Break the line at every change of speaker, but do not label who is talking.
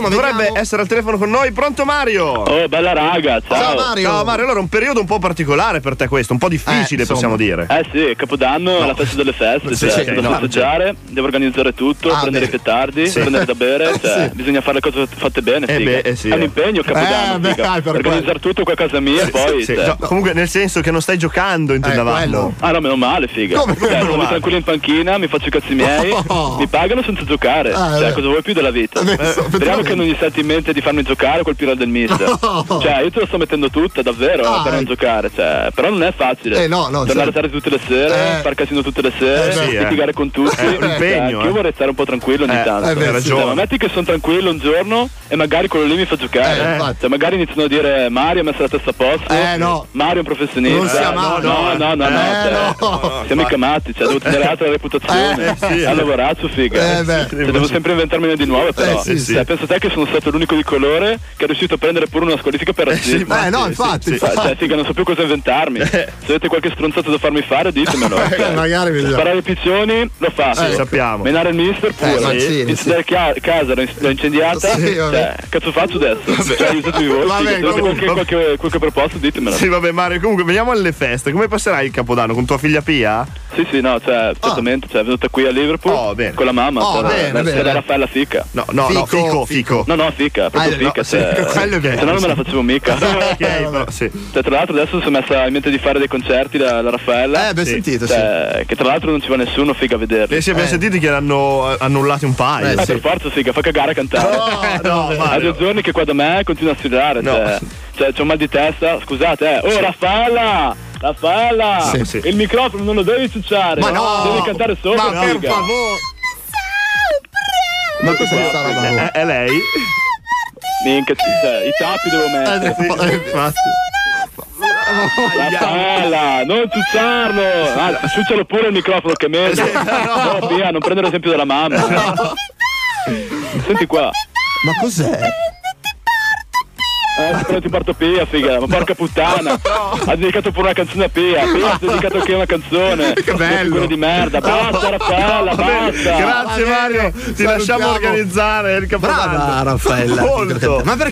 ma dovrebbe essere al telefono con noi. Pronto Mario?
Oh, bella raga, ciao.
Mario. Ciao Mario, allora un periodo un po' particolare per te questo, un po' difficile
insomma.
possiamo dire.
Eh sì, Capodanno, la festa delle feste,
Sì,
cioè,
sì,
devo
no.
festeggiare, devo organizzare tutto,
Ah,
prendere
beh.
i petardi,
Sì.
prendere da bere, cioè,
Sì.
bisogna fare le cose fatte bene,
Eh
figa.
beh, eh sì,
È un
eh.
impegno il Capodanno,
Eh, beh,
figa.
dai, per
organizzare tutto qua a casa mia, poi
Sì,
cioè.
no, comunque nel senso che non stai giocando, intendavamo.
Ah no, meno male, figa.
Come
Cioè,
meno
sono
male?
tranquillo in panchina, mi faccio i cazzi miei,
Oh.
mi pagano senza giocare.
Ah,
cioè,
eh.
cosa vuoi più della vita?
Adesso,
Eh, speriamo
effettivamente.
che non gli salti in mente di farmi giocare col pirata del mister.
No. Ah,
Cioè, io te lo sto mettendo tutta, davvero, per non giocare. Cioè, però non è facile.
Eh, no, no,
Tornare
sì.
tardi tutte le sere, far casino tutte le
Eh,
sere,
sì, eh.
litigare con tutti.
Eh, è un
Cioè,
impegno,
anch'io
eh.
vorrei stare un po' tranquillo ogni
Eh,
tanto.
eh, beh, sì.
Cioè, ma metti che sono tranquillo un giorno e magari quello lì mi fa giocare. cioè, magari iniziano a dire Mario ha messo la testa a posto.
Eh, no.
Mario è un professionista.
Non sia
Eh, no,
Mario.
No, no, no, no,
Eh,
cioè, Siamo
ma-
incamati, cioè, devo tenere alta la reputazione.
Eh, sì.
Ha lavorato, figa.
Eh, beh.
Cioè, devo sempre inventarmene di nuovo, però.
Eh, sì,
Cioè, Penso te che sono stato l'unico di colore che è riuscito a prendere pure una squalifica per razzismo.
infatti, Eh, no, sì, infatti, sì.
Cioè,
infatti.
cioè, figa, non so più cosa inventarmi. Se avete qualche stronzato da farmi fare, ditemelo.
Eh,
cioè.
magari mi-
Sparare i piccioni, lo faccio.
Eh, lo sappiamo.
Menare il mister,
Eh,
pure.
Mancini, sì.
Incendiare chia- casa, l'ho in- l'ho incendiata.
Sì, vabbè.
Cioè, cazzo faccio adesso? Cioè, aiutatemi voi.
Vabbè,
figa. Se avete
comunque-
qualche, qualche, qualche proposta, ditemelo.
Sì, vabbè Mario, comunque veniamo alle feste. Come passerai il Capodanno con tua figlia Pia?
Sì, sì, no, cioè, certamente, cioè, è venuta qui a Liverpool con la mamma,
Ah. Oh,
cioè,
bene,
la-
bene.
c'era la Raffaella Fica.
No, no, no, Fico, Fico. Fico.
No, no, Fica, proprio
Ah, no,
Fica,
sì,
cioè,
quello è vero,
se no non
sì.
me la facevo mica.
Ok, però, sì. Eh,
Cioè, tra l'altro adesso si è messa in mente di fare dei concerti la, la Raffaella. Eh, ben sentito, Che tra l'altro non ci va nessuno, figa, a vedere.
Eh sì, abbiamo sentito che ne hanno eh, annullati un paio.
Eh, per forza, figa, fa cagare a cantare.
No,
Ha due giorni che qua da me continua a sfidare. Cioè, cioè, c'ho un mal di testa. Scusate, eh. Oh, Raffaella! Raffaella!
Sì, sì.
Il microfono non lo devi ciucciare.
Ma no!
Devi cantare solo.
Ma per favore! Ma cos'è sta roba?
È, Eh, è lei?
Minchia, cioè, i tappi devo mettere. Raffaella, non ciucciarlo! Anzi, ciuccialo pure il microfono che è meglio. No, via, non prendere l'esempio della mamma. Senti qua.
Ma cos'è?
Eh, però ti parto Pia, figa, ma porca puttana! Ha dedicato pure una canzone a Pia, Pia ha dedicato anche una canzone! Che bello! Quello di merda, basta Raffaella, basta!
Grazie Mario, ti lasciamo organizzare il Capodanno.
Brava Raffaella.
Molto.
Ma perché